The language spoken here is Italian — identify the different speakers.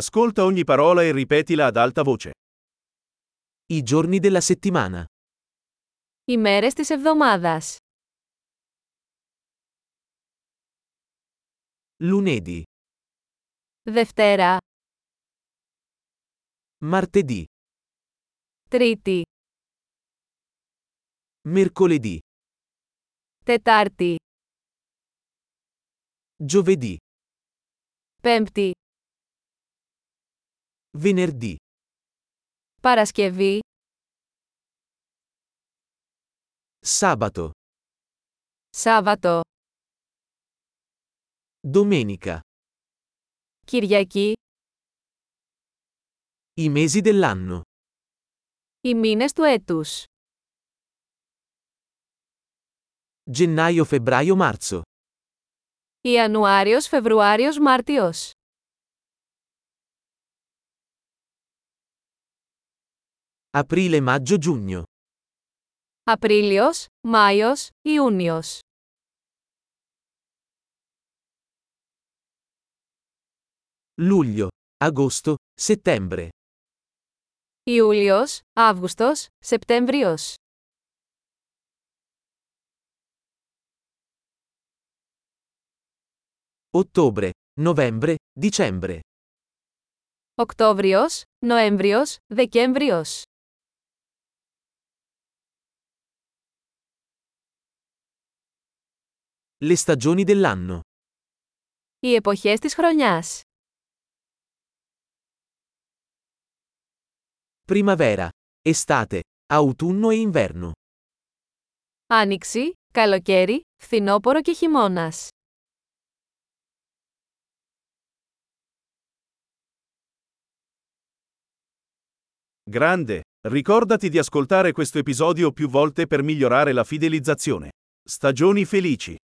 Speaker 1: Ascolta ogni parola e ripetila ad alta voce.
Speaker 2: I giorni della settimana.
Speaker 3: Οι μέρες της εβδομάδας.
Speaker 2: Lunedì,
Speaker 3: Δευτέρα,
Speaker 2: martedì,
Speaker 3: Τρίτη,
Speaker 2: mercoledì,
Speaker 3: Τετάρτη,
Speaker 2: giovedì,
Speaker 3: Πέμπτη,
Speaker 2: venerdì,
Speaker 3: Παρασκευή,
Speaker 2: sabato,
Speaker 3: Σάββατο,
Speaker 2: domenica.
Speaker 3: Κυριακή,
Speaker 2: I mesi dell'anno.
Speaker 3: οι μήνες του έτους.
Speaker 2: Gennaio, febbraio, marzo.
Speaker 3: Ιανουάριος, Φεβρουάριος, Μάρτιος.
Speaker 2: Aprile, maggio, giugno.
Speaker 3: Απρίλιος, Μάιος, Ιούνιος.
Speaker 2: Luglio, agosto, settembre.
Speaker 3: Ιούλιος, Αύγουστος, Σεπτέμβριος.
Speaker 2: Ottobre, novembre, dicembre.
Speaker 3: Οκτώβριος, Νοέμβριος, Δεκέμβριος.
Speaker 2: Le stagioni dell'anno.
Speaker 3: Οι εποχές της χρονιάς.
Speaker 2: Primavera, estate, autunno e inverno.
Speaker 3: Άνοιξη, καλοκαίρι, φθινόπωρο και χειμώνας.
Speaker 1: Grande, ricordati di ascoltare questo episodio più volte per migliorare la fidelizzazione. Stagioni felici.